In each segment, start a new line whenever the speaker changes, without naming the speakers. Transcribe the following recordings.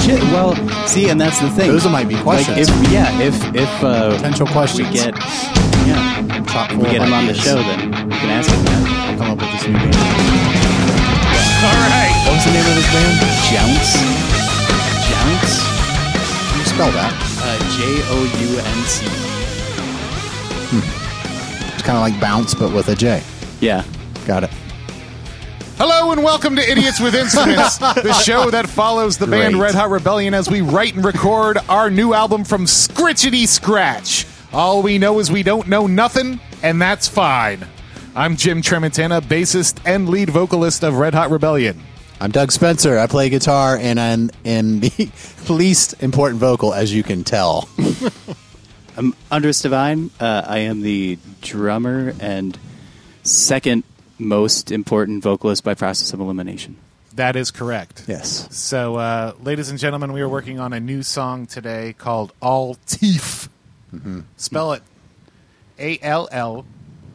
shit. Well, see, and that's the thing.
Those might be
like
questions.
if yeah, if if uh,
Potential questions.
we get yeah,
Chock full
we get
of
him on the
ideas.
show, then we can ask him that.
Come up with this new band.
All right.
What was the name of this band?
Jounce, Jounce,
You spell that.
uh, J O U N C.
It's kind of like bounce, but with a J.
Yeah,
Got it.
Hello and welcome to Idiots with Instruments, the show that follows the band
Great.
Red Hot Rebellion as we write and record our new album from Scritchity Scratch. All we know is we don't know nothing, and that's fine. I'm Jim Tremontana, bassist and lead vocalist of Red Hot Rebellion.
I'm Doug Spencer. I play guitar and I'm in the least important vocal, as you can tell.
I'm Andres Devine. Uh, I am the drummer and second most important vocalist by process of elimination.
That is correct.
Yes.
So, uh, ladies and gentlemen, we are working on a new song today called All Teeth. Spell it A L L.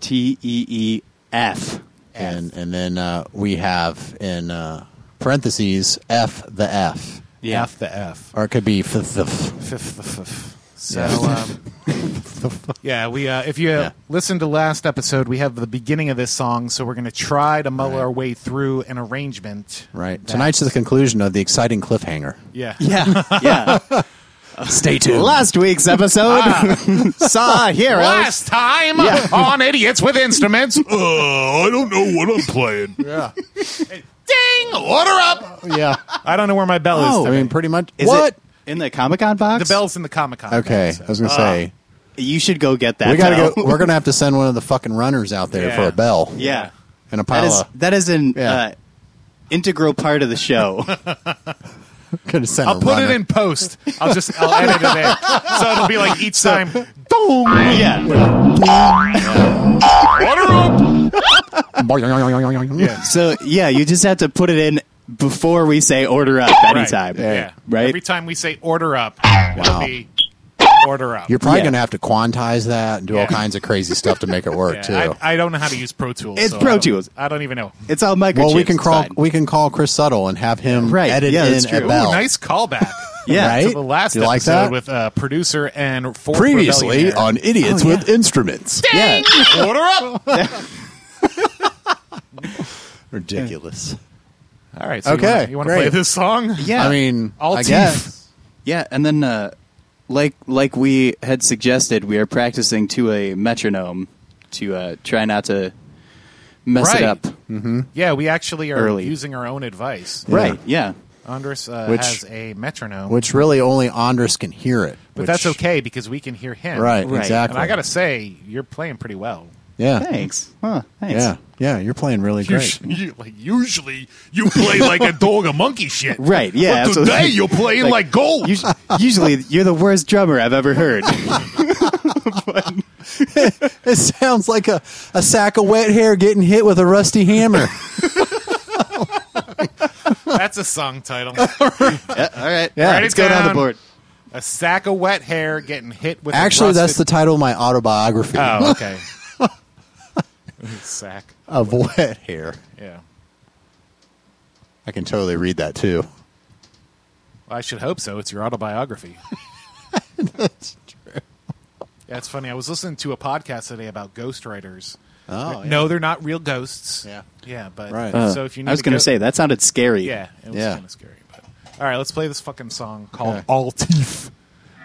T E E F.
And and then uh, we have in uh, parentheses F the F,
Yeah.
F the F.
or it could be f the f.
Fifth the fifth. So, um, yeah, we. Uh, if you
Yeah.
listened to last episode, we have the beginning of this song, so we're going to try to muddle our way through an arrangement.
Right. Tonight's the conclusion of the exciting cliffhanger.
Yeah.
Yeah. Yeah.
Stay tuned.
Last week's episode saw heroes.
Ah. Last time on Idiots with Instruments.
Uh, I don't know what I'm playing.
yeah.
Ding! Order up! Oh,
yeah.
I don't know where my bell is.
Oh, I
today.
mean, pretty much.
Oh, Is
what?
it in the Comic Con box?
the bell's in the Comic Con.
Okay. I was gonna
Ah.
say
You should go get that.
we
bell.
gotta go. We're gonna have to send one of the fucking runners out there
Yeah.
for a bell.
yeah.
And a
That
pile
is
of.
that is an
Yeah.
uh, integral part of the show.
Gonna send
I'll
a
put
runner.
it in post. I'll just I'll edit it in. So it'll be like each time. Boom.
yeah.
Order up!
Yeah.
So yeah, you just have to put it in before we say order up anytime.
Yeah.
Right?
Every time we say order up, it'll
Wow.
be order up.
You're probably
Yeah.
gonna have to quantize that and do all
Yeah.
kinds of crazy stuff to make it work
Yeah,
too.
I, I don't know how to use Pro Tools.
It's
so
Pro
I don't-
Tools.
I don't even know.
It's all microchips.
well, we can call
It's fine.
we can call Chris Suttle and have him
Right.
edit
Yeah,
in
that's
a
true. Ooh,
bell.
Ooh, nice callback.
Yeah.
right?
To the last
Do you like
episode
that?
with uh, producer and fourth
Previously
rebellionaire.
on Idiots
Oh,
with Instruments.
Yeah.
Order up!
Ridiculous.
All right. So
Okay,
You want to
great.
play this song?
Yeah.
I mean,
All
I
teeth.
guess.
Yeah, and then uh, like like we had suggested, we are practicing to a metronome to uh, try not to mess
Right.
it up.
Yeah. We actually are
Early.
using our own advice.
Right. Yeah.
Andres uh,
Which-
has a metronome,
Which really only Andres can hear it.
but
which-
that's okay because we can hear him.
Right,
Right.
exactly.
And I gotta say, you're playing pretty well.
Yeah.
Thanks. Huh, thanks.
Yeah. Yeah. You're playing really great.
Usually, you- like, usually you play like a dog or monkey shit.
Right, yeah,
But
absolutely.
today you're playing
Like,
like, gold.
Us- Usually, you're the worst drummer I've ever heard.
It sounds like a, a sack of wet hair getting hit with a rusty hammer.
That's a song title.
Yeah, all right.
Yeah.
Let's go down the board.
A sack of wet hair getting hit with. a
Actually, that's the
rusted-
title of my autobiography.
Oh, okay. sack.
Of wet hair.
Yeah.
I can totally read that too.
Well, I should hope so. It's your autobiography. That's true. Yeah, it's funny. I was listening to a podcast today about ghostwriters.
Oh, yeah.
No, they're not real ghosts.
Yeah.
Yeah, but
Right.
Uh,
so if you need
I was
going
going to say that sounded scary.
Yeah, it was
Yeah.
kind of scary. But all right, let's play this fucking song called
Okay.
"All Teeth,"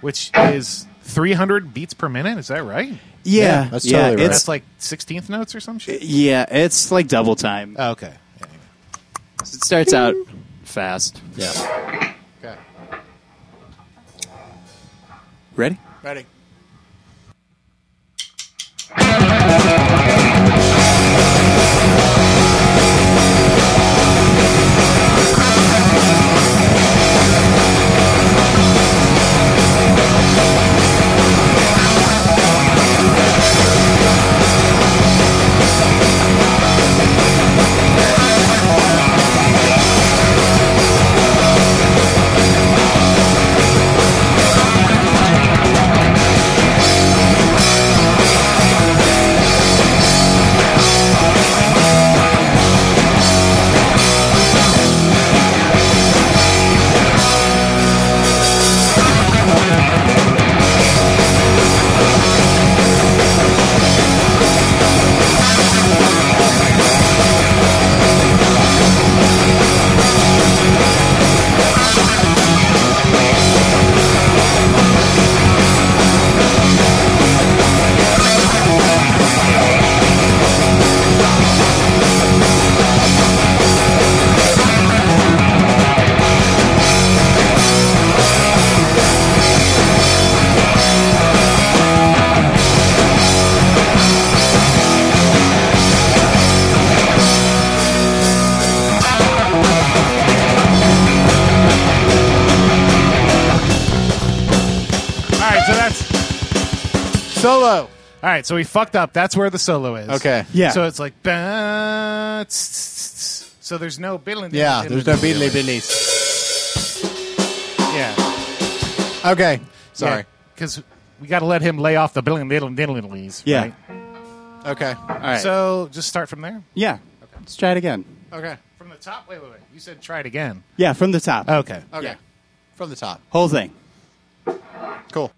which is 300 beats per minute. Is that right?
Yeah.
Yeah, that's
yeah,
totally right.
It's
That's like 16th notes or some shit.
yeah, it's like double time.
Oh, okay. Yeah,
it starts out fast.
Yeah.
yeah. Okay.
Ready?
Ready.
Thank
Solo.
All right, so he fucked up. That's where the solo is.
Okay.
Yeah.
So it's like ba- tss, tss, tss. so there's no billing.
Yeah, there's no beatle beatles.
Yeah.
Okay. Sorry.
Because we got to let him lay off the billing little diddlies.
Yeah.
Right?
Okay.
All right.
So just start from there.
yeah. Let's try it again.
Okay.
From the top. Wait, wait, wait. You said try it again.
Yeah, from the top.
Okay.
Okay.
Yeah.
From the top.
Whole thing.
Cool.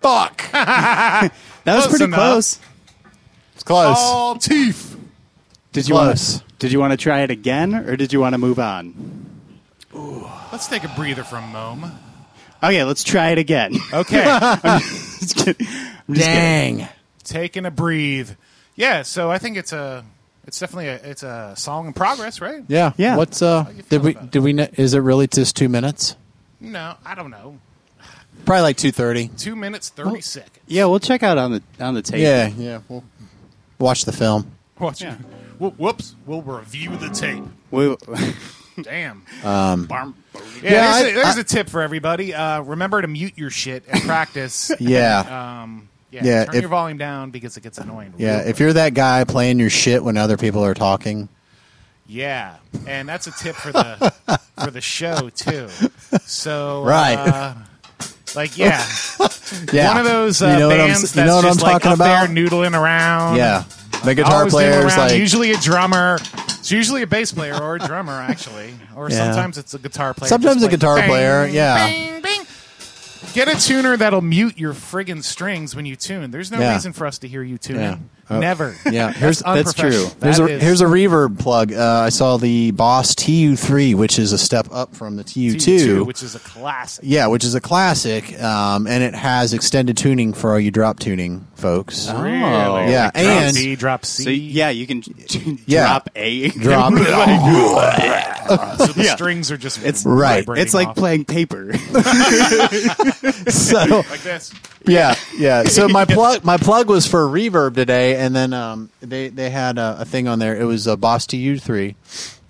Fuck.
That was
Close
pretty
enough.
close.
It's close.
All teeth.
Did you want
Close.
to, Did you want to try it again, or did you want to move on?
Let's take a breather from Moam.
Okay, let's try it again.
Okay.
Just kidding. I'm just kidding.
Dang.
Taking a breathe. Yeah. So I think it's a. It's definitely a. It's a song in progress, right?
Yeah.
Yeah.
What's uh?
you feel
Did we?
about it?
Did we? kn- Is it really just two minutes?
No, I don't know.
Probably like two thirty.
Two minutes thirty seconds.
Yeah, we'll check out on the on the tape.
Yeah. Yeah. We'll watch the film.
Watch
Yeah.
it. Whoop, whoops. We'll review the tape.
We-
Damn.
Barm-
yeah,
Um, Yeah,
there's, a
I-
there's
I-
a tip for everybody. Uh, remember to mute your shit at practice.
Yeah.
Um, yeah.
Yeah,
turn
if-
your volume down because it gets annoying. real
yeah.
quick.
If you're that guy playing your shit when other people are talking.
yeah, and that's a tip for the for the show too. So
Right.
uh, like yeah,
Yeah.
one of those uh,
You know what I'm
bands
s-
that's
you know what
just
I'm
like
talking
up
about?
there noodling around.
Yeah. The guitar
Always noodling
players
around.
like
usually a drummer. It's usually a bass player or a drummer actually, or
Yeah.
sometimes it's a guitar player.
sometimes
Just
a
like,
guitar
bang,
player. Yeah.
Bing, bing. Get a tuner that'll mute your friggin' strings when you tune. There's no
Yeah.
reason for us to hear you tuning.
Yeah. Oh.
Never.
Yeah, here's
that's true.
unprofessional.
here's
That
a
is-
here's a reverb plug. Uh, I saw the Boss TU3, which is a step up from the TU2.
T2, which is a classic.
yeah, which is a classic, um, and it has extended tuning for all you drop tuning folks.
Uh-huh. Really?
Yeah,
Like drop
and-
C, drop C,
So yeah, you can j-
Yeah.
drop a
Drop.
so the
yeah.
strings are just
It's-
Right.
vibrating
It's like
off.
playing paper.
so
like this.
yeah, yeah. So my plug my plug was for reverb today, and then um, they they had a, a thing on there. It was a Boss TU3,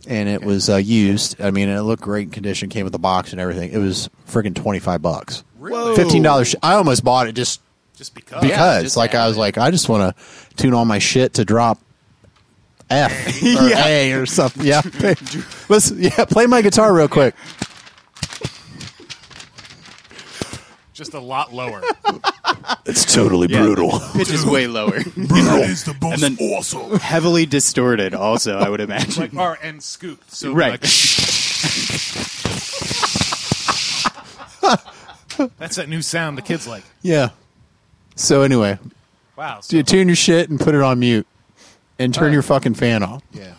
and it was uh, used. I mean, it looked great condition. Came with the box and everything. It was freaking twenty five bucks.
Really?
Fifteen dollars. I almost bought it just
Just
Oh,
because.
because
just
like I was like I just want to tune all my shit to drop F or A or something. Yeah, let's yeah play my guitar real quick.
just a lot lower.
It's totally
Yeah.
brutal.
Pitch is way lower.
Brutal is the most
And then-
awesome.
Heavily distorted, also, I would imagine.
like, or, and scooped. So
right.
like, that's that new sound the kids like.
Yeah. So anyway,
Wow.
do
So,
you tune your shit and put it on mute, and turn your fucking fan off.
yeah.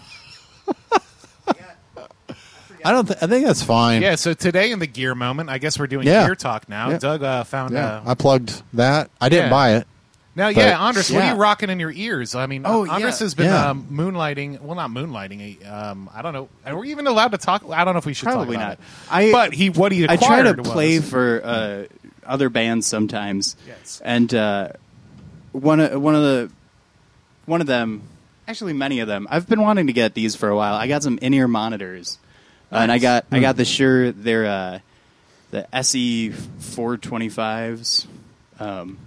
I don't. Th- I think that's fine.
Yeah. So today in the gear moment, I guess we're doing
Yeah.
gear talk now.
Yeah.
Doug uh, found.
Yeah.
Uh,
I plugged that. I didn't
Yeah.
buy it.
now, yeah,
but-
Andres, what
yeah.
are you rocking in your ears? I mean,
Oh,
uh, Andres
yeah.
has been
Yeah.
um, moonlighting. Well, not moonlighting. Um, I don't know. Are we even allowed to talk? I don't know if we should.
Probably
talk about
not.
It.
I-
but he what he
I try
acquired
to play
was-
for uh, other bands sometimes,
Yes.
and uh, one of one of the one of them, actually many of them. I've been wanting to get these for a while. I got some in ear monitors, uh, and I got
Hmm.
I got the Shure they're uh, the SE four twenty fives. Um,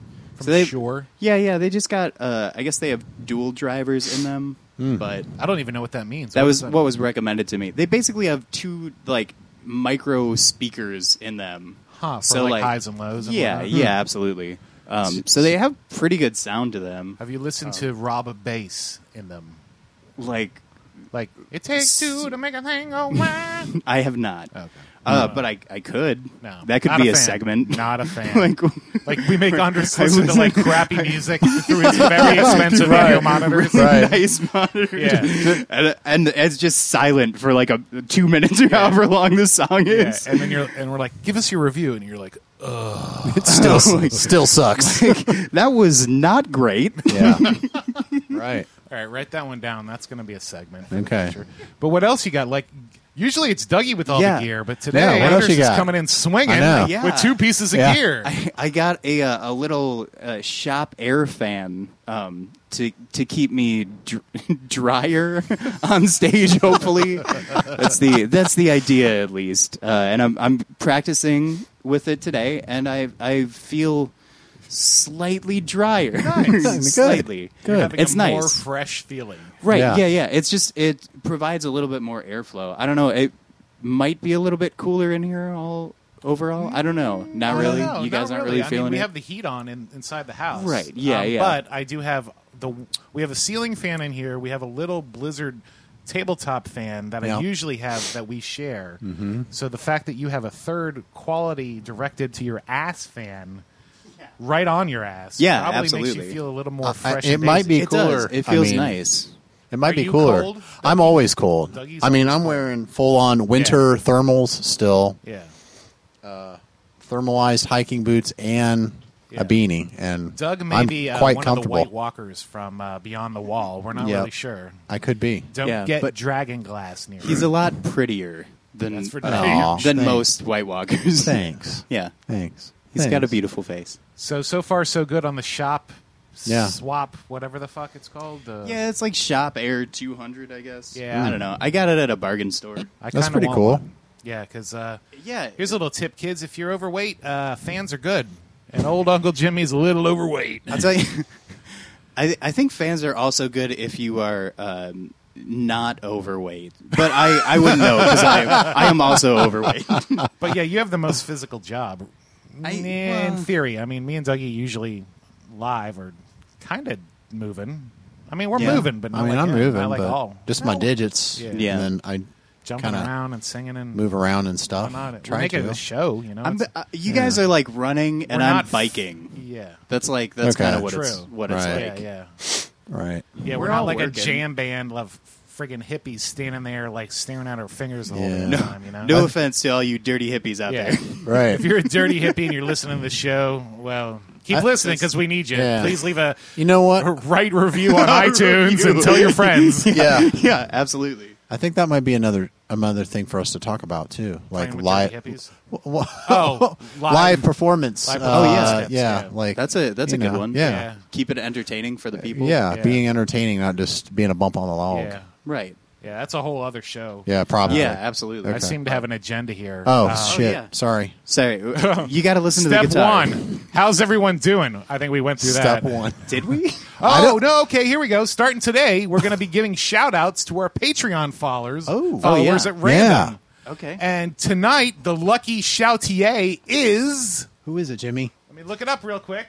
so they-
Shure?
yeah, yeah. They just got. Uh, I guess they have dual drivers in them,
Hmm.
but
I don't even know what that means.
that
What
was
does
what was recommended to me. They basically have two like micro speakers in them,
Huh, for, like, highs and lows and
yeah,
whatnot. Hmm.
yeah, absolutely. Um, so they have pretty good sound to them.
Have you listened to Rob a bass in them?
Like
Like it takes two to make a thing go wild.
I have not,
Okay.
uh, but I I could.
No,
That could
Not
be a,
fan.
segment.
Not a fan.
like
Like we make Andres
I
listen to
listen-
like crappy music through his very expensive
Right.
video monitors.
Right.
nice monitor.
Yeah.
and, and it's just silent for like a two minutes or however long the song
Yeah,
is.
and then you're and we're like, give us your review, and you're like,
It still still sucks.
that was not great.
yeah. right.
all right, write that one down. That's going to be a segment. for the
Okay.
future. But what else you got? Like. Usually it's Dougie with all
Yeah.
the gear, but
Yeah,
today
what else
Anders
you
is
got?
coming in swinging
I know.
Yeah.
with two pieces of
Yeah.
gear.
I, I got a uh, a little uh, shop air fan um, to to keep me dr- drier on stage. Hopefully, that's the that's the idea at least. Uh, and I'm I'm practicing with it today, and I I feel slightly drier,
Good.
slightly.
You're
Good.
having
It's
a
nice.
more fresh feeling.
Right.
Yeah.
Yeah. yeah, It's just it provides a little bit more airflow. I don't know. It might be a little bit cooler in here all overall. I don't know. Not really.
No, no,
you guys
not
aren't really,
I mean,
feeling
We
it.
have the heat on in, inside the house, Um,
Right, yeah, yeah.
But I do have the we have a ceiling fan in here. We have a little Blizzard tabletop fan that
Yeah.
I usually have that we share.
Mm-hmm.
So the fact that you have a third quality directed to your ass fan. Right on your ass.
Yeah,
probably makes
absolutely. Uh,
you feel a little more
I-
fresh.
it
and
might
daisy.
be cooler.
It
I
feels
mean,
nice.
It might
Are
be
you
cooler.
cold?
I'm always cold.
Dougie's
I mean,
always
I'm
cold.
wearing full on winter thermals still,
Yeah,
thermalized hiking boots, and
Yeah.
a beanie. And
Doug may
I'm
be uh,
quite
one
comfortable.
of the White Walkers from uh, Beyond the Wall. We're not
Yep.
really sure.
I could be.
Don't
Yeah,
get
but-
dragon glass near.
He's
you.
a lot prettier than
That's for
uh,
damn
Aw,
than
thanks.
most White Walkers.
Thanks.
yeah,
Thanks.
He's
Thanks.
got a beautiful face.
So so far so good on the shop
Yeah.
swap whatever the fuck it's called. Uh,
Yeah, it's like Shop Air 200, I guess.
Yeah.
I don't know. I got it at a bargain store.
I
That's
kinda
pretty
want
cool.
one. Yeah, because uh,
Yeah,
here's a little tip, kids: if you're overweight, uh, fans are good, and old Uncle Jimmy's a little overweight.
I'll tell you. I I think fans are also good if you are. Um, not overweight, but I, I wouldn't know because I, am- I am also overweight.
But yeah, you have the most physical job.
I-
in
well-
theory, I mean, me and Dougie usually live are kind of moving. I mean, we're
Yeah.
moving, but
I
not
mean,
like
I'm
him,
moving,
not like
but
all
just my digits.
Yeah.
Yeah.
And then I
jumping
kind of
around and singing and
move around and stuff.
whatnot. We're
Try
making
to.
it a show, you know.
I'm,
it's-
uh, you guys are like running, and
we're
I'm
not f-
biking.
yeah,
That's like that's
Okay.
kind of what it's
True.
what it's
Right.
like.
yeah, yeah.
Right.
Yeah, we're,
We're
not
all
like a
working.
jam band of friggin' hippies standing there like staring at our fingers the whole
Yeah.
damn
No.
time. You know,
No offense to all you dirty hippies out
yeah.
there.
Right.
if you're a dirty hippie and you're listening to the show, well, keep
I-
listening because we need you.
Yeah.
Please leave a,
you know
a
what?
right review on iTunes and tell your friends.
yeah.
yeah, absolutely.
I think that might be another another thing for us to talk about too, like
Playing with
live
dirty hippies.
live,
Oh, live-
performance.
live
uh,
performance
yeah,
tips, yeah.
Like
Oh, That's a that's a
you
good
know,
one.
Yeah.
Keep it entertaining for the people.
yeah,
Yeah.
being entertaining, not just being a bump on the log.
Yeah,
Right.
yeah, that's a whole other show.
Yeah, probably.
Yeah, absolutely.
I seem to have an agenda here.
Oh
Uh,
shit!
yeah.
Sorry.
Sorry. You got to listen to the
Step
guitar.
one. How's everyone doing? I think we went through that.
Step one.
Did we?
I
Oh
don't-
no! Okay, here we go. Starting today, we're going to be giving shout outs to our Patreon followers.
Oh.
followers
Oh, yeah.
at random.
Okay.
And tonight, the lucky shoutier is
Who is it, Jimmy?
Let me look it up real quick.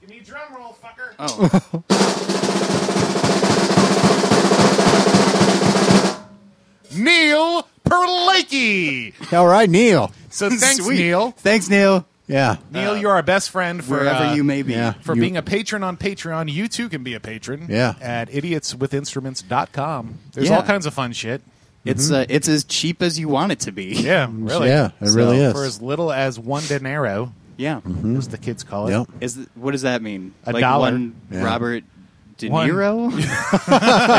Give me a drum roll, fucker.
Uh.
Oh,
Neil Perlakey.
All right, Neil.
So thanks,
Uh,
Neil.
Thanks, Neil.
Yeah.
Neil, you're our best friend for
Wherever
uh,
you may be.
yeah.
for
You-
being a patron on Patreon. You too can be a patron.
Yeah.
At idiotswithinstruments.com. There's
Yeah.
all kinds of fun shit.
It's uh, it's as cheap as you want it to be.
Mm-hmm. Yeah, really.
Mm, Yeah, it really is. Hmm.
For as little as one dinero,
Yeah.
as the kids call it.
Yep.
Is th- what does that mean?
Mm-hmm. A dollar.
one
Yeah.
Robert De
One.
Niro?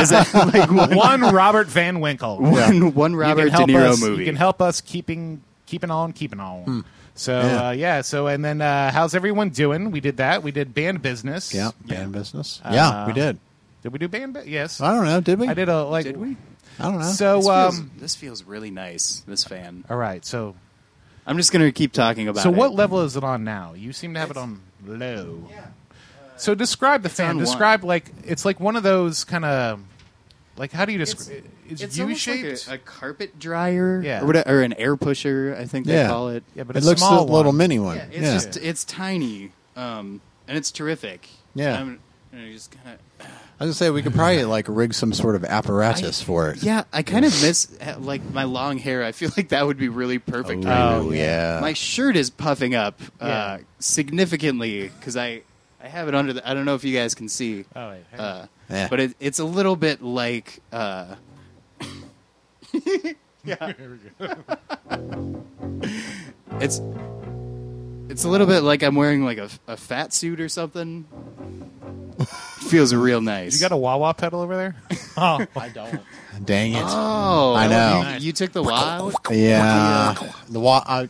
is that like one
One Robert Van Winkle.
one, one
You can
Robert De
help
Niro
us-
movie? Hmm.
You can help us keeping keeping on, keeping on. So
Yeah.
yeah. Uh, yeah, so and then uh, how's everyone doing? We did that. We did band business.
Yeah.
Yeah.
Band business. yeah, we did.
Did we do band? Bu- yes.
I don't know. Did we?
Uh, I did a like.
Did we?
I don't know.
So
This feels,
um.
this feels really nice. This fan.
All right. So
I'm just gonna keep talking about.
so
it.
what level is it on now? You seem to have it on low. Yeah. so describe the fan.
on one.
Describe like it's like one of those kind of like how do you describe? It's,
It's
U
almost like
shaped.
a, a carpet dryer,
Yeah.
or, what- or an air pusher. I think they
Yeah.
call it.
yeah, but
it
a
looks
small
a little
one.
mini one.
It's just it's tiny, um, and it's terrific.
Yeah.
I'm, I just kind of
I was gonna say we could probably like rig some sort of apparatus for it.
yeah. I kind of miss uh, like my long hair. I feel like that would be really perfect. right now.
Oh yeah.
my shirt is puffing up uh,
Yeah.
significantly because I I have it under the. I don't know if you guys can see.
Oh, wait, hang on.
uh,
Yeah.
But it, it's a little bit like. Uh, yeah. it's it's a little bit like I'm wearing like a, a fat suit or something. Feels real nice.
You got a wah wah pedal over there? Oh, I don't.
Dang it.
Oh,
I know.
You, you took the wild.
yeah. The wa- I,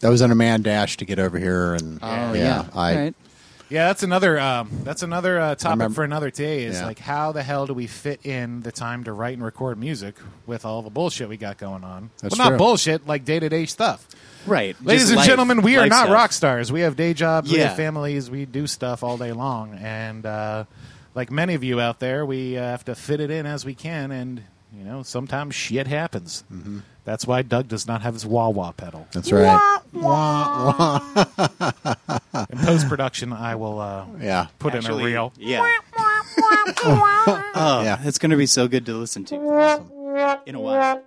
that was on a man dash to get over here, and
Oh yeah.
I
All right.
Yeah, that's another um, that's another uh, topic
remember-
for another day. Is
Yeah.
like how the hell do we fit in the time to write and record music with all the bullshit we got going on?
That's
well, not
true.
bullshit, like day to day stuff.
Right.
Ladies
Just
and
life-
gentlemen, we are
life
not
stuff.
rock stars. We have day jobs, we
Yeah.
have families, we do stuff all day long, and uh, like many of you out there, we uh, have to fit it in as we can, and you know sometimes shit happens.
Mm-hmm.
That's why Doug does not have his wah wah pedal.
That's right.
In post production, I will uh,
Yeah.
put in
Actually,
a reel.
Yeah. Oh,
Yeah.
it's going to be so good to listen to in a while.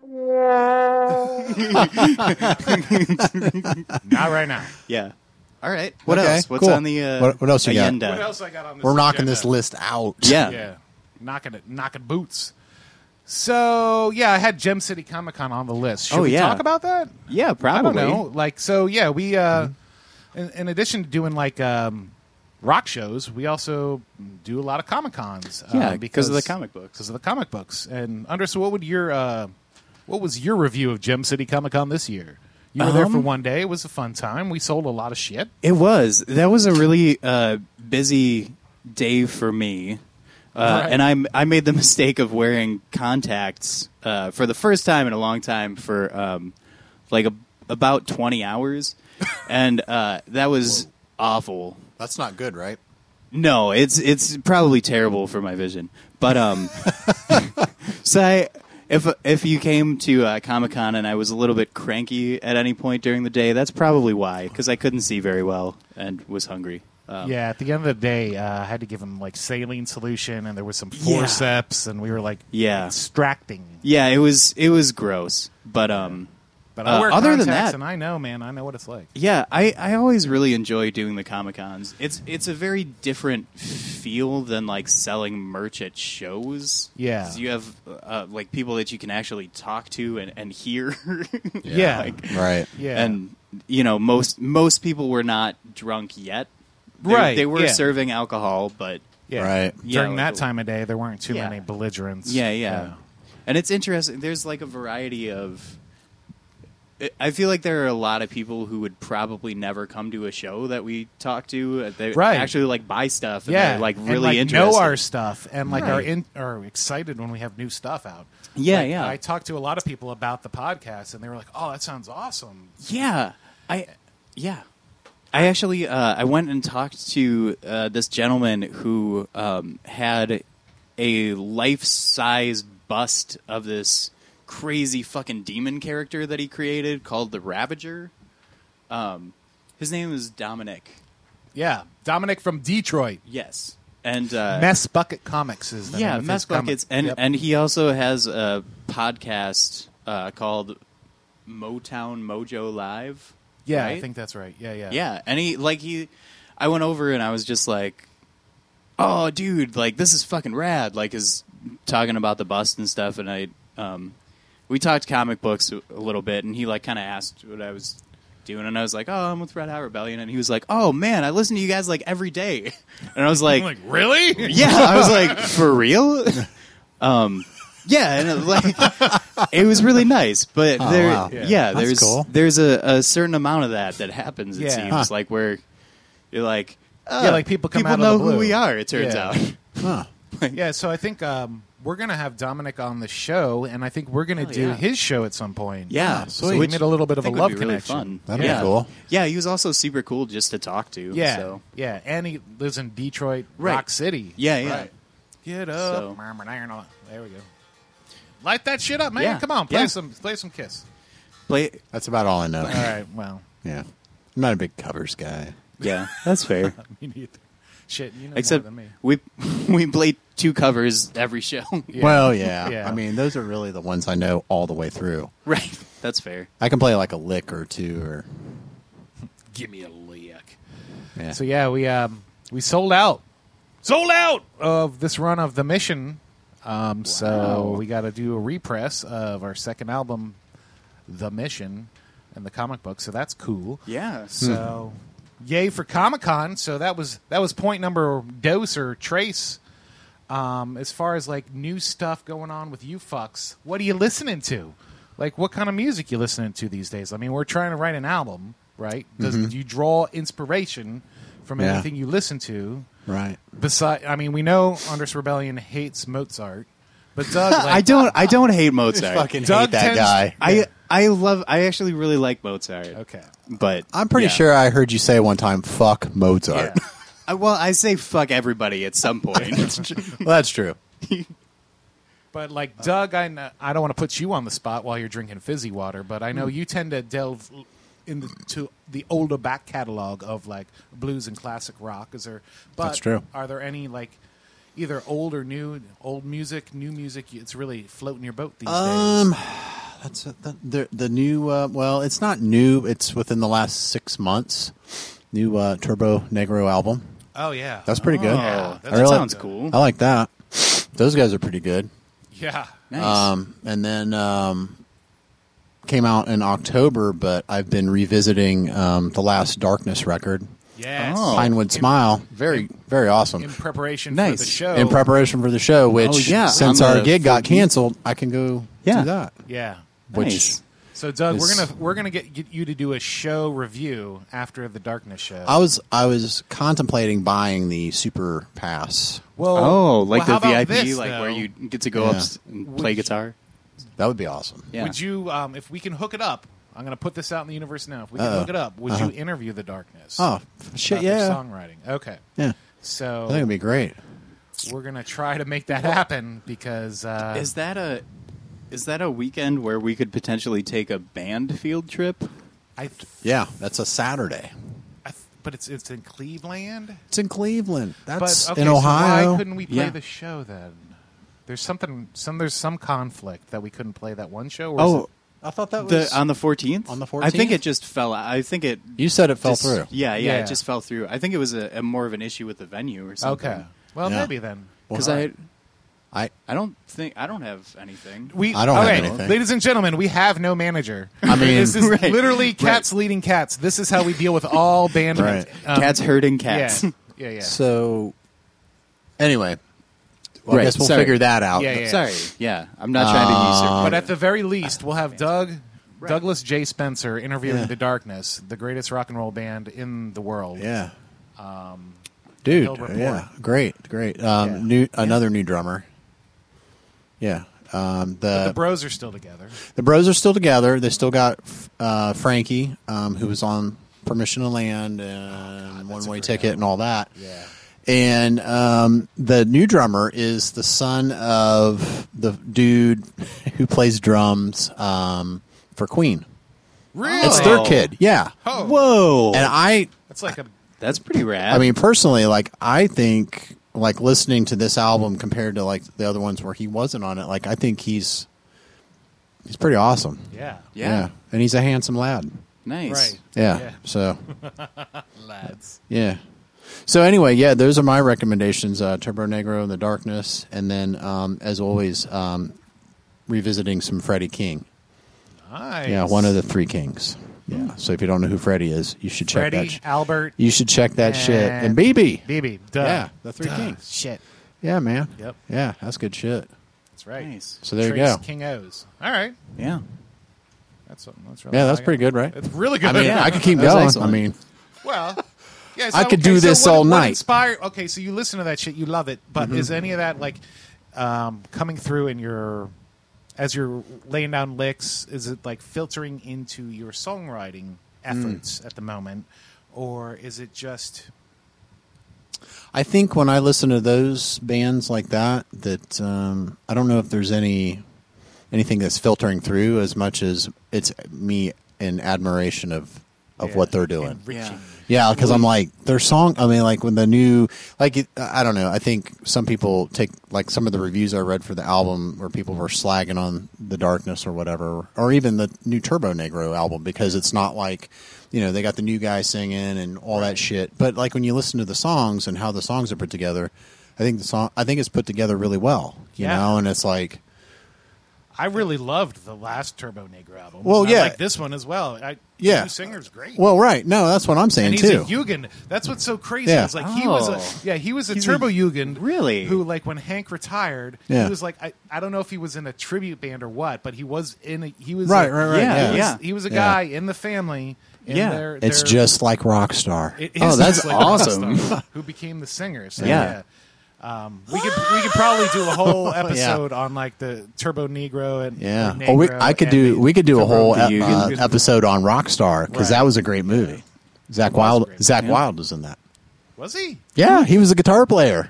not right now.
Yeah. All right. What
Okay,
else? What's
cool.
on the uh,
What- what else you got?
agenda?
What else I got on this?
We're knocking
agenda?
this list out.
Yeah.
Yeah, knocking it, knocking boots. So yeah, I had Gem City Comic Con on the list. Should
Oh,
we
yeah.
talk about that?
Yeah,
I
probably. Mm-hmm.
don't know. Like so, yeah, we uh, in, in addition to doing like um, rock shows, we also do a lot of Comic Cons. um,
Yeah, 'cause of the comic books.
Because of the comic books. And under so, what would your uh, what was your review of Gem City Comic Con this year? You were there for
Um,
one day. It was a fun time. We sold a lot of shit.
It was. That was a really uh, busy day for me. Uh,
Right.
And I'm, I made the mistake of wearing contacts uh, for the first time in a long time for um, like a, about 20 hours. and uh, that was awful.
That's not good, right?
No, it's it's probably terrible for my vision. But um, so I, if if you came to uh, Comic Con and I was a little bit cranky at any point during the day, that's probably why because I couldn't see very well and was hungry. Um,
Yeah, at the end of the day, uh, I had to give him like saline solution, and there was some
Yeah.
forceps, and we were like
Yeah.
extracting.
yeah, it was it was gross, but um.
But I
Uh,
wear
other than
contacts,
that-
and I know, man, I know what it's like.
Yeah, I, I always really enjoy doing the Comic Cons. It's it's a very different feel than like selling merch at shows.
Yeah.
'Cause you have uh, like people that you can actually talk to and, and hear.
Yeah.
Like,
Right.
Yeah,
and you know most most people were not drunk yet. They-
Right,
they were
yeah.
serving alcohol, but
yeah.
Right.
Yeah,
During
like
that
the-
time of day, there weren't too
Yeah.
many belligerents.
yeah, yeah, And it's interesting. There's like a variety of. I- I feel like there are a lot of people who would probably never come to a show that we talk to. They
Right.
actually like buy stuff. And
yeah,
they're, like
and,
really
like,
interested.
Know our stuff and like are in are excited when we have new stuff out.
Yeah,
Like,
yeah.
I talked to a lot of people about the podcast, and they were like, "Oh, that sounds awesome."
Yeah, I yeah. I actually uh, I went and talked to uh, this gentleman who um, had a life size bust of this crazy fucking demon character that he created called the Ravager. Um, his name is Dominic.
Yeah, Dominic from Detroit.
Yes, and uh,
Mess Bucket Comics is the
yeah,
name of
mess
his comic.
buckets, and
Yep.
and he also has a podcast uh, called Motown Mojo Live.
yeah, I
right?
think that's right. Yeah, yeah,
Yeah, and he like he, I went over and I was just like, "Oh, dude, like this is fucking rad!" Like is talking about the bust and stuff, and I, um, we talked comic books a a little bit, and he like kind of asked what I was doing, and I was like, "Oh, I'm with Red Hot Rebellion," and he was like, "Oh man, I listen to you guys like every day," and I was like,
I'm like, really?
yeah, I was like, for real? Um, yeah, and it, like it was really nice, but there,
wow.
yeah,
Yeah. That's
there's
cool.
there's a, a certain amount of that that happens. It
Yeah.
seems
Huh.
like where you're like, uh,
Yeah, like people come
people
out of
know
the blue.
who we are. It turns
Yeah.
out,
Huh.
Yeah, so I think um, we're gonna have Dominic on the show, and I think we're gonna do
Oh, yeah.
his show at some point. Uh,
yeah.
so we
which
made a little bit
I
of a
think would
love
be really
connection.
fun.
That'd be
yeah.
cool.
Yeah, he was also super cool just to talk to.
Yeah,
so.
yeah, and he lives in Detroit,
Right.
Rock City.
yeah, yeah.
Right. Get up,
So-
Murmur, iron on. There we go. Light that shit up, man!
Yeah.
Come on, play
Yeah.
some, play some Kiss.
Play,
That's about all I know.
All right, well,
Yeah. I'm not a big covers guy.
yeah, that's fair.
me neither. Shit, you know
Except
more than me.
we we played two covers every show.
Yeah.
Well, yeah.
Yeah.
I mean, those are really the ones I know all the way through.
right, that's fair.
I can play like a lick or two or.
Give me a lick.
Yeah.
So yeah, we um, we sold out
Sold out.
of this run of the mission. Um, So we got to do a repress of our second album, The Mission, and the comic book. So that's cool.
Yeah.
So, yay for Comic Con! So that was that was point number dose or trace. Um, as far as like new stuff going on with you fucks, what are you listening to? Like, what kind of music you listening to these days? I mean, we're trying to write an album, right? Does do you draw inspiration from
Yeah.
anything you listen to?
Right.
Besides, I mean, we know Anders Rebellion hates Mozart, but Doug, like,
I don't. I don't hate Mozart.
Fucking
Doug
hate that
tends-
guy.
I I love. I actually really like Mozart.
Okay,
But
I'm pretty
yeah.
sure I heard you say one time, fuck Mozart.
Yeah. I, well, I say fuck everybody at some point.
well, that's true.
But like
Uh,
Doug, I kn- I don't want to put you on the spot while you're drinking fizzy water, but I
Hmm.
know you tend to delve l- into to the older back catalog of like blues and classic rock. Is there? But
That's true.
Are there any like either old or new, old music, new music? y- It's really floating your boat these
Um,
days.
that's the, the, the new, uh, well, it's not new. It's within the last six months. New uh, Turbo Negro album.
Oh yeah,
That's pretty good.
Yeah,
I
Oh, that sounds cool.
I like that. Those guys are pretty good.
yeah.
nice.
Um, and then um, came out in October, but I've been revisiting um, the last Darkness record,
Yes.
Oh.
Pinewood Smile. Very, very awesome.
In preparation
Nice.
for the show.
in preparation for the show, which
Oh, yeah,
since
on the
our gig got
14th.
canceled, I can go
Yeah.
do that.
yeah.
Which
Nice.
So Doug,
Is-
we're gonna we're gonna get, get you to do a show review after the Darkness show.
I was I was contemplating buying the Super Pass.
well,
oh, like
well, how
the
about
VIP,
this,
like where
though?
you get to go
Yeah.
up s- and play guitar.
That would be awesome.
Yeah.
Would you, um, if we can hook it up, I'm going to put this out in the universe now. If we can
Uh-oh.
hook it up, would you interview the darkness?
Uh-huh. Oh
about
shit!
their
Yeah,
songwriting. Okay,
yeah. I think
so
it'd be great.
we're going to try to make that happen because uh,
Is that a is that a weekend where we could potentially take a band field trip?
I, th-
Yeah, that's a Saturday.
I th- but it's it's in Cleveland.
It's in Cleveland. That's
but okay,
in
so
Ohio.
why couldn't we play
Yeah.
the show then? There's something some there's some conflict that we couldn't play that one show. Or is
Oh,
it-
I thought that
the, on the fourteenth.
On the
I think
14th?
it just fell. out. I think it
um, you said it fell
just-
through.
Yeah, yeah,
Yeah.
it just fell through. I think it was a, a more of an issue with the venue or something.
okay. Well,
Yeah.
maybe then.
because
Well,
I
I
I don't think I don't have anything.
We,
I don't have
okay,
anything.
Ladies and gentlemen, we have no manager.
I mean,
this is
Right.
literally cats leading cats. This is how we deal with all band
Right.
um,
cats herding cats.
Yeah, yeah, yeah.
so anyway. Well, I
Right,
guess we'll
sorry.
figure that out.
Yeah, yeah.
Sorry. Yeah, I'm not trying to use
Um,
it.
but at the very least, we'll have Doug Douglas J. Spencer interviewing
Yeah.
the Darkness, the greatest rock and roll band in the world.
Yeah. Dude,
Um, Bill Rapport.
yeah, great, great. Um,
Yeah.
New another new drummer. Yeah, um,
But
the
the Bros are still together.
the Bros are still together. They still got uh, Frankie, um, who was on Permission to Land and One
Ah, a
Way
great
Ticket and all that.
Yeah.
And um, the new drummer is the son of the dude who plays drums um, for Queen.
Really?
It's their kid. Yeah.
Oh.
Whoa,
And I
That's like a
that's pretty rad.
I mean, personally, like I think, like listening to this album compared to like the other ones where he wasn't on it, like I think he's he's pretty awesome.
yeah.
yeah,
and he's a handsome lad.
nice.
Right.
Yeah,
Yeah.
so
Lads.
yeah. So anyway, yeah, those are my recommendations: uh, Turbo Negro and the Darkness, and then, um, as always, um, revisiting some Freddie King.
Nice.
Yeah, one of the three kings. Yeah. So if you don't know who Freddie is, you should check that.
Freddie,
sh-
Albert,
you should check that shit. And BB.
BB. Duh.
Yeah, the three
Duh.
kings.
Shit.
Yeah, man.
Yep.
Yeah, that's good shit.
That's right.
Nice.
So there
Tricks,
you go.
King O's. All right.
Yeah,
That's something. That's really
Yeah, that's
all I
pretty
got.
good, right?
It's really good.
I mean, I could keep
That's
going. I
excellent.
mean,
Well, yeah,
I
so-
could do
so
this
what-
all
what
night. Mm-hmm.
Inspire. Okay, so you listen to that shit, you love it, but is any of that like um, coming through in your as you're laying down licks? Is it like filtering into your songwriting
Mm.
efforts at the moment, or is it just
I think when I listen to those bands like that, that um, I don't know if there's any anything that's filtering through as much as it's me in admiration of of
Yeah.
what they're doing.
enriching?
Yeah, because I'm like their song. I mean, like when the new, like it, I don't know. I think some people take like some of the reviews I read for the album where people were slagging on the darkness or whatever, or even the new Turbo Negro album because it's not like you know they got the new guy singing and all that shit. But like when you listen to the songs and how the songs are put together, I think the song I think it's put together really well. You
Yeah.
know, and it's like
I really loved the last Turbo Negro album.
Well,
and I
yeah.
like this one as well. I,
Yeah.
the new singer's great.
well, right? No, that's what I'm saying
and he's
too.
a Jugend. That's what's so crazy.
Yeah.
It's like he was
Oh.
a yeah, he was a
He's a-
turbo Jugend.
Really?
Who like when Hank retired,
Yeah.
he was like I, I don't know if he was in a tribute band or what, but he was in a he was
Right,
a-
right, right,
Yeah,
He,
yeah.
Was, he was a
Yeah.
guy in the family. In
Yeah.
their,
it's
their-
just like Rockstar.
it
Oh,
is
that's
just like
awesome.
Rockstar, who became the singer? So, yeah.
Yeah.
Um, we could we could probably do a whole episode on like the Turbo Negro and
Yeah.
or
Oh, we,
Negro
I could
and
do.
the-
We could do a
Turbo
whole
the
ep- uh,
Yugen.
episode on Rockstar because
Right.
that was a great movie. Zach Wild. Zach Wild was in that.
was he
Yeah, he was a guitar player.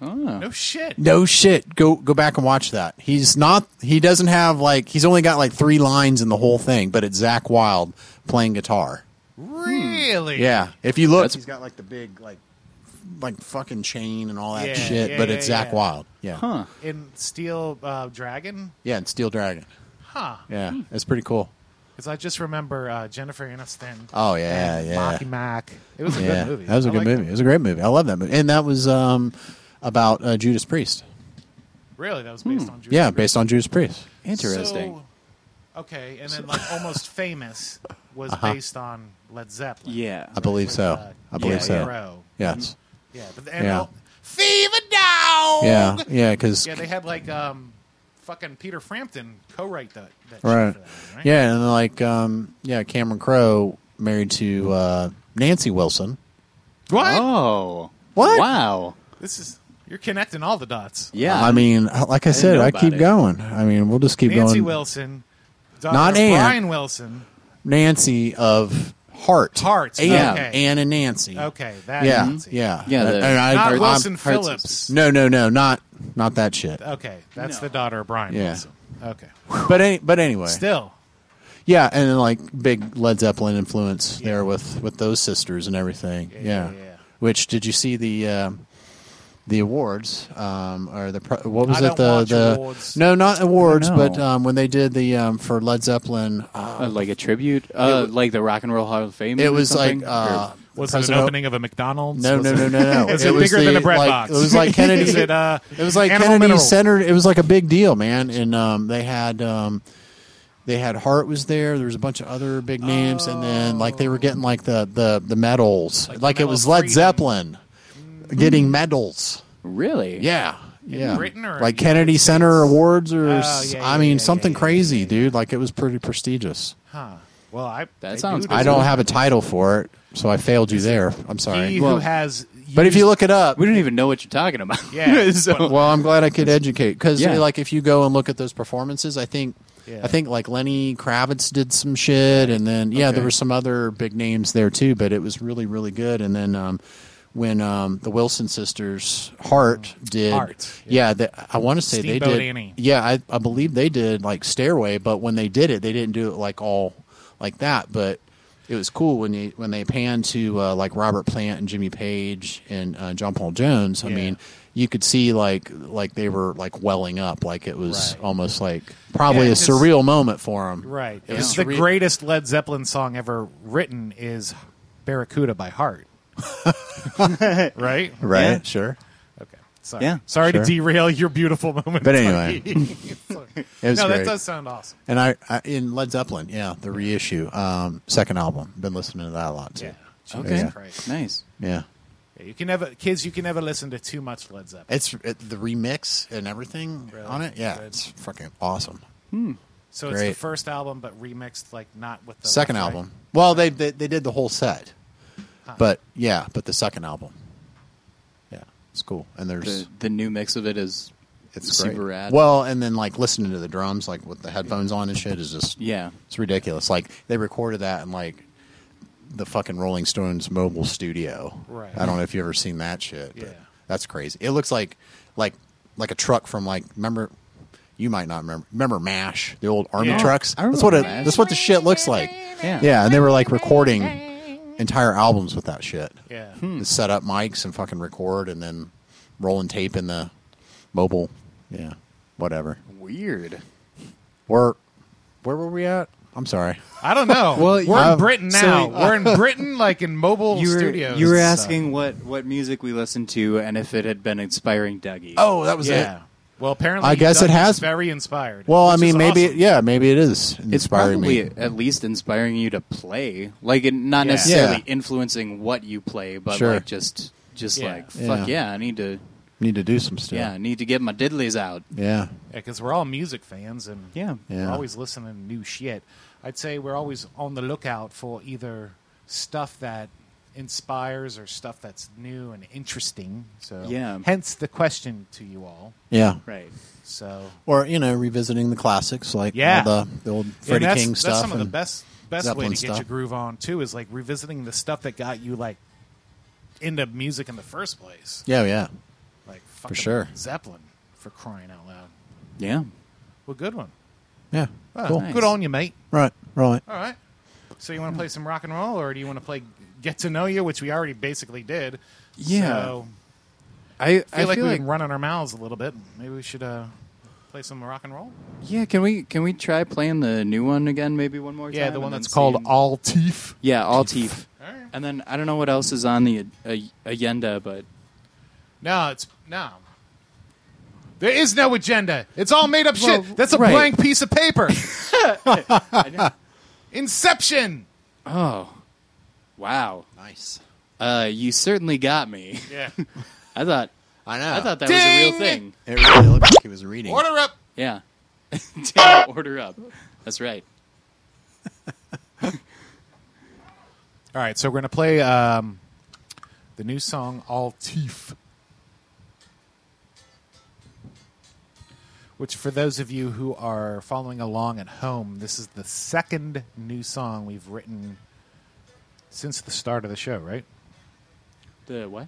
Oh.
no shit
No shit. Go go back and watch that. He's not. He doesn't have like. He's only got like three lines in the whole thing, but it's Zach Wild playing guitar.
really
Yeah. If you look,
That's-
he's got like the big like like fucking chain and all that
Yeah,
shit,
yeah,
but
yeah,
it's Zach
yeah.
Wild. Yeah.
huh?
in Steel uh, Dragon
Yeah, and Steel Dragon.
huh
Yeah, it's pretty cool.
Because I just remember uh, Jennifer Aniston.
Oh, yeah,
and
yeah.
Marky Mac. It was a
yeah,
good movie.
That was a
I
good
liked
movie. It was a great movie. I love that movie. And that was um, about uh, Judas Priest.
Really, that was based on. Drew
Yeah, based on Judas Priest.
Interesting.
okay, and then like almost famous was based on Led Zeppelin.
yeah,
Uh-huh. I believe
With,
so.
uh,
I believe
yeah,
so.
Row.
Yes.
Yeah, but the, and
Yeah.
all- Fever Dog.
Yeah, yeah, because
Oh. Yeah, they had like um, fucking Peter Frampton co-write that. that shit
right.
for that one, right.
Yeah, and then, like um, yeah, Cameron Crowe married to uh, Nancy Wilson.
What?
Oh,
What?
Wow.
This is you're connecting all the dots.
Yeah,
I mean, like I said,
know
I
about
keep
it.
going. I mean, we'll just keep
Nancy
going.
Wilson.
Not Ann.
Brian Wilson.
Nancy of Heart.
Heart,
Anne,
okay.
Anne and Nancy.
Okay, that
Yeah,
Nancy.
yeah,
Yeah, the-
And I-
Not
I'm-
Wilson
Hearts-
Phillips.
No, no, no, not not that shit.
Okay, that's
No.
the daughter of Brian
Yeah.
Wilson. Okay,
But any, but anyway,
still,
yeah, and then like big Led Zeppelin influence there with with those sisters and everything. Yeah,
yeah, yeah.
Which did you see the um the awards um, or the pro- what was
I
it
don't
the
watch
the
awards.
no not awards
know.
but um, when they did the um, for Led Zeppelin uh,
Uh, like a tribute, uh, like the Rock and Roll Hall of Fame.
it
or
was like
something?
uh,
was it an
President-
opening of a McDonald's?
No,
Was
no,
it-
no, no, no.
Is
It
it,
was
bigger than
the-
a bread
like-
box?
it was like Kennedy-
is it, uh,
It was like
Animal
Kennedy
Mineral?
Center. It was like a big deal, man. And um, they had um, they had Hart was there. There was a bunch of other big names, and then like they were getting like the the the medals. Like, it
Medal
was
of
Led
Freedom.
Zeppelin getting medals.
really?
Yeah. Yeah,
Britain
like
or in the United
Kennedy Center Awards, or
Oh,
s-
yeah,
I
yeah,
mean
yeah,
something
yeah, yeah,
crazy, dude. Like it was pretty prestigious.
Huh. Well, I
That
they
sounds-
do
I
deserve-
don't have a title for it, so I failed you there. I'm
He
sorry,
who
Well,
has,
but if you look it up,
We don't even know what you're talking about.
Yeah.
so,
well, I'm glad I could educate because,
Yeah.
like, if you go and look at those performances, I think,
Yeah.
I think like Lenny Kravitz did some shit, and then yeah, there were some other big names there too, but it was really, really good. And then um, when um, the Wilson sisters Hart did,
Hart,
yeah, they, I want to say they
Steamboat
did,
Annie.
yeah, I, I believe they did like Stairway, but when they did it, they didn't do it like all like that. But it was cool when they when they panned to uh, like Robert Plant and Jimmy Page and uh, John Paul Jones. I mean, you could see like like they were like welling up, like it was
Right.
almost like probably
Yeah,
a
'cause-
surreal moment for them.
Right.
It
It's
was
the
surreal.
greatest Led Zeppelin song ever written is Barracuda by Heart. right?
Right.
Yeah.
Sure.
Okay. Sorry.
Yeah,
Sorry
sure.
to derail your beautiful moment.
But anyway,
Tony.
It was
no,
great.
that does sound awesome.
And I, I in Led Zeppelin, yeah, the reissue, um, second album. Been listening to that a lot too.
Yeah. Jesus
Okay.
Christ.
Nice.
Yeah,
Yeah, you can never kids, you can never listen to too much Led Zeppelin.
it's it, the remix and everything
Really?
on it. Yeah,
Good.
it's fucking awesome.
So
Great.
it's the first album, but remixed like not with the
second
left, right?
album. Well, they, they they did the whole set, but yeah, but the second album. Yeah, it's cool. And there's
The the new mix of it is
it's great.
super rad.
Well, and then like listening to the drums, like with the headphones on and shit, is just
yeah.
It's ridiculous. Like they recorded that in like the fucking Rolling Stones mobile studio.
Right.
I don't know if you have ever seen that shit. but
Yeah.
That's crazy. It looks like like like a truck from like remember you might not remember remember MASH, the old army
Yeah.
trucks.
I
That's what it
remember MASH.
that's what the shit looks like.
Yeah.
Yeah, and they were like recording entire albums with that shit.
Yeah.
Hmm.
They Set up mics and fucking record and then rolling tape in the mobile yeah, whatever.
Weird.
Where where were we at? I'm sorry.
I don't know.
Well,
we're
uh,
in Britain
so-
now. we're in Britain, like in mobile
You were
studios.
you were
So-
asking what what music we listened to and if it had been inspiring Dougie.
Oh, that was
Yeah. Well, apparently,
I guess
Doug
it
is
has-
very inspired.
Well, I
which is
mean, maybe
awesome.
yeah, maybe it is
It's
inspiring
probably
me.
at least inspiring you to play, like it- not
Yeah.
necessarily
Yeah.
influencing what you play, but
Sure.
like just, just
Yeah.
like fuck
Yeah.
yeah, I need to,
Need to do some stuff.
yeah, I need to get my diddlies out.
yeah,
because we're all music fans and
Yeah.
Yeah.
we're always listening to new shit. I'd say we're always on the lookout for either stuff that inspires or stuff that's new and interesting. So,
Yeah.
hence the question to you all.
yeah.
Right.
So,
Or you know, revisiting the classics like
Yeah.
all the, the old Freddie
and that's,
King
that's
stuff.
some of the
and-
best best
Zeppelin
way to get
stuff.
your groove on too is like revisiting the stuff that got you like into music in the first place.
Yeah, yeah.
Like fucking
sure.
Zeppelin for crying out loud.
Yeah.
Well, good one.
Yeah.
Well,
cool.
nice.
Good on you, mate.
Right. Right.
All right. So you want to play some rock and roll, or do you want to play Get to Know You, which we already basically did?
Yeah.
So
I
I feel like we've
like
been running our mouths a little bit. Maybe we should uh, play some rock and roll.
yeah. Can we can we try playing the new one again? Maybe one more time.
Yeah, the
and
one
then
that's called
seeing-
All Teeth.
yeah, all teeth.
All right.
And then I don't know what else is on the uh, agenda, but
No, it's no. There is no agenda. It's all made up
Well,
shit. That's a
right.
blank piece of paper. Inception.
oh, wow,
Nice.
uh, you certainly got me.
Yeah.
I thought
I know.
I thought that was a
Ding!
real thing.
it really looked like he was reading.
Order up.
Yeah. Damn, order up. That's right.
All right, so we're gonna play um, the new song "All Teeth," which, for those of you who are following along at home, this is the second new song we've written since the start of the show. Right,
The what?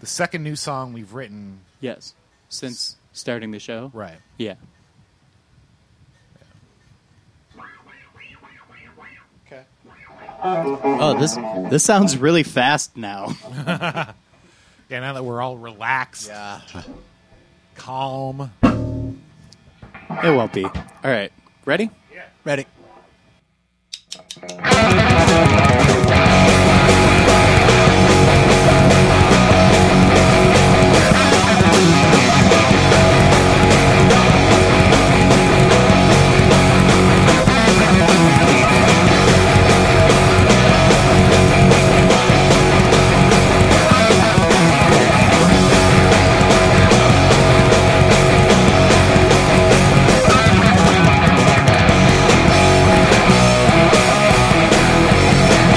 the second new song we've written.
Yes. Since starting the show.
Right.
Yeah.
Okay.
Oh, this this sounds really fast now.
Yeah. Now that we're all relaxed,
Yeah.
calm.
It won't be. All right. Ready?
Ready.
All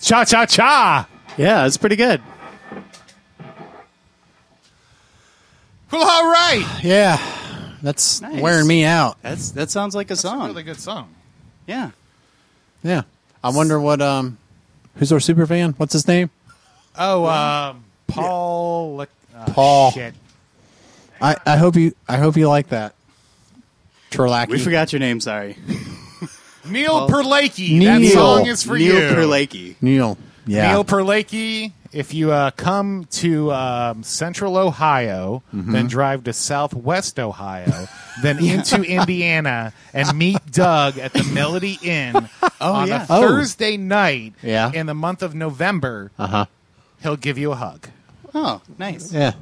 Cha cha cha.
Yeah, it's pretty good.
Well, all right.
Yeah, that's
Nice.
wearing me out.
That's that sounds like a song.
Really good song.
yeah.
Yeah, I wonder what um, who's our super fan? What's his name?
Oh, um, Paul. Lick- oh,
Paul.
Shit.
I, I hope you I hope you like that. Terlacky.
We forgot your name, sorry.
Neil Perlakey. That
Neil.
song is for
Neil
you.
Perlakey.
Neil. Yeah.
Neil Perlakey. If you uh, come to um, Central Ohio, then drive to Southwest Ohio, then into Indiana, and meet Doug at the Melody Inn on
yeah.
a
Oh.
Thursday night
Yeah.
in the month of November.
uh huh.
He'll give you a hug.
Oh, nice.
Yeah.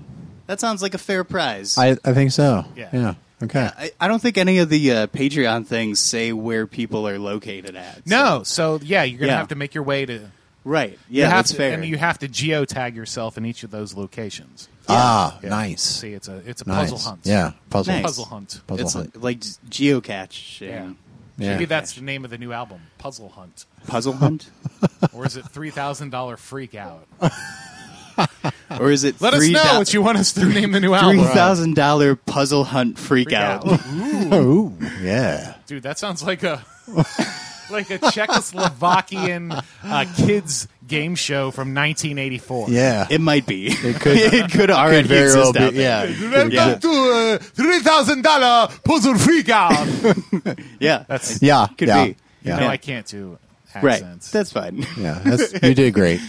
That sounds like a fair prize.
I, I think so.
Yeah.
Okay.
I, I don't think any of the uh, Patreon things say where people are located at. so-
No, so yeah, you're gonna
Yeah.
have to make your way to.
Right. Yeah,
you have
that's
to,
fair.
and you have to geotag yourself in each of those locations.
Ah,
Yeah.
nice.
See, it's a it's a
nice.
puzzle hunt.
Yeah. Puzzle.
Nice.
puzzle hunt.
Puzzle
it's
hunt.
like just geocache and
Yeah.
Maybe that's the name of the new album, Puzzle Hunt.
puzzle hunt,
Or is it $3,000 Freak Out?
or is it
Let us
three
know what you want us to name the new album.
three thousand dollar puzzle hunt freak,
Freak
out?
Out.
Oh, yeah.
Dude, that sounds like a like a Czechoslovakian uh, kids game show from 1984.
Yeah.
It might be. It
could-
it could already
very well
exist
be.
out there.
Yeah.
Welcome
Yeah.
to uh, $3,000 Puzzle Freak Out. you
Yeah,
That's-
Yeah.
Could
yeah.
be.
Yeah.
know,
Yeah.
I can't do
right.
accents.
That's fine.
yeah. That's, you did great.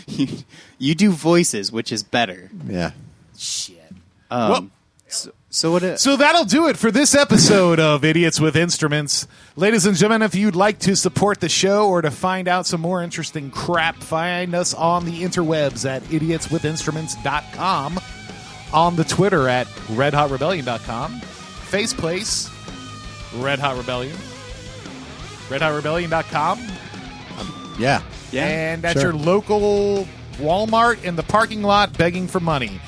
you do voices, which is better.
Yeah.
Shit.
Um,
Well-
so, so what? uh,
So that'll do it for this episode of Idiots with Instruments. Ladies and gentlemen, if you'd like to support the show or to find out some more interesting crap, find us on the interwebs at idiotswithinstruments.com, on the Twitter at redhotrebellion.com, Faceplace, Red Hot Rebellion, redhotrebellion.com,
Yeah.
yeah.
and at
sure.
your local Walmart in the parking lot begging for money.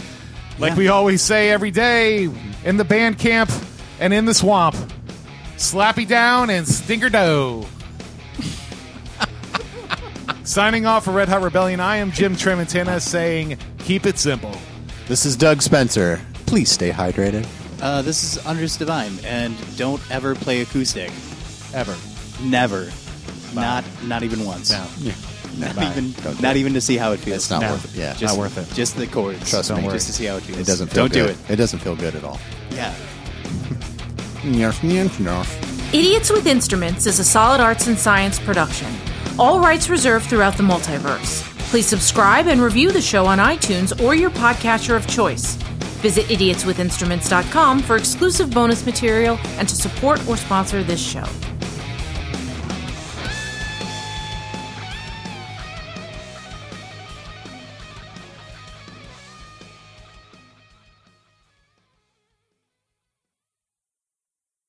Like
Yeah.
we always say every day in the band camp and in the swamp. Slappy down and stinker dough. Signing off for Red Hot Rebellion, I am Jim Tremontana saying, keep it simple.
This is Doug Spencer. Please stay hydrated.
Uh, this is Anders Divine, and don't ever play acoustic.
Ever.
Never. Not not even once.
No.
Not
Bye.
even
Don't do
not
it.
even to see how it feels.
It's not
No.
worth it. Yeah.
Just,
not worth
it.
Just the chords.
Trust
Don't
me.
Just to see how it feels.
it. It doesn't feel
Don't
good.
do it.
It doesn't feel good at all.
Yeah.
Yes, yes, yes.
Idiots with Instruments is a solid arts and science production. All rights reserved throughout the multiverse. Please subscribe and review the show on iTunes or your podcatcher of choice. Visit idiotswithinstruments.com for exclusive bonus material and to support or sponsor this show.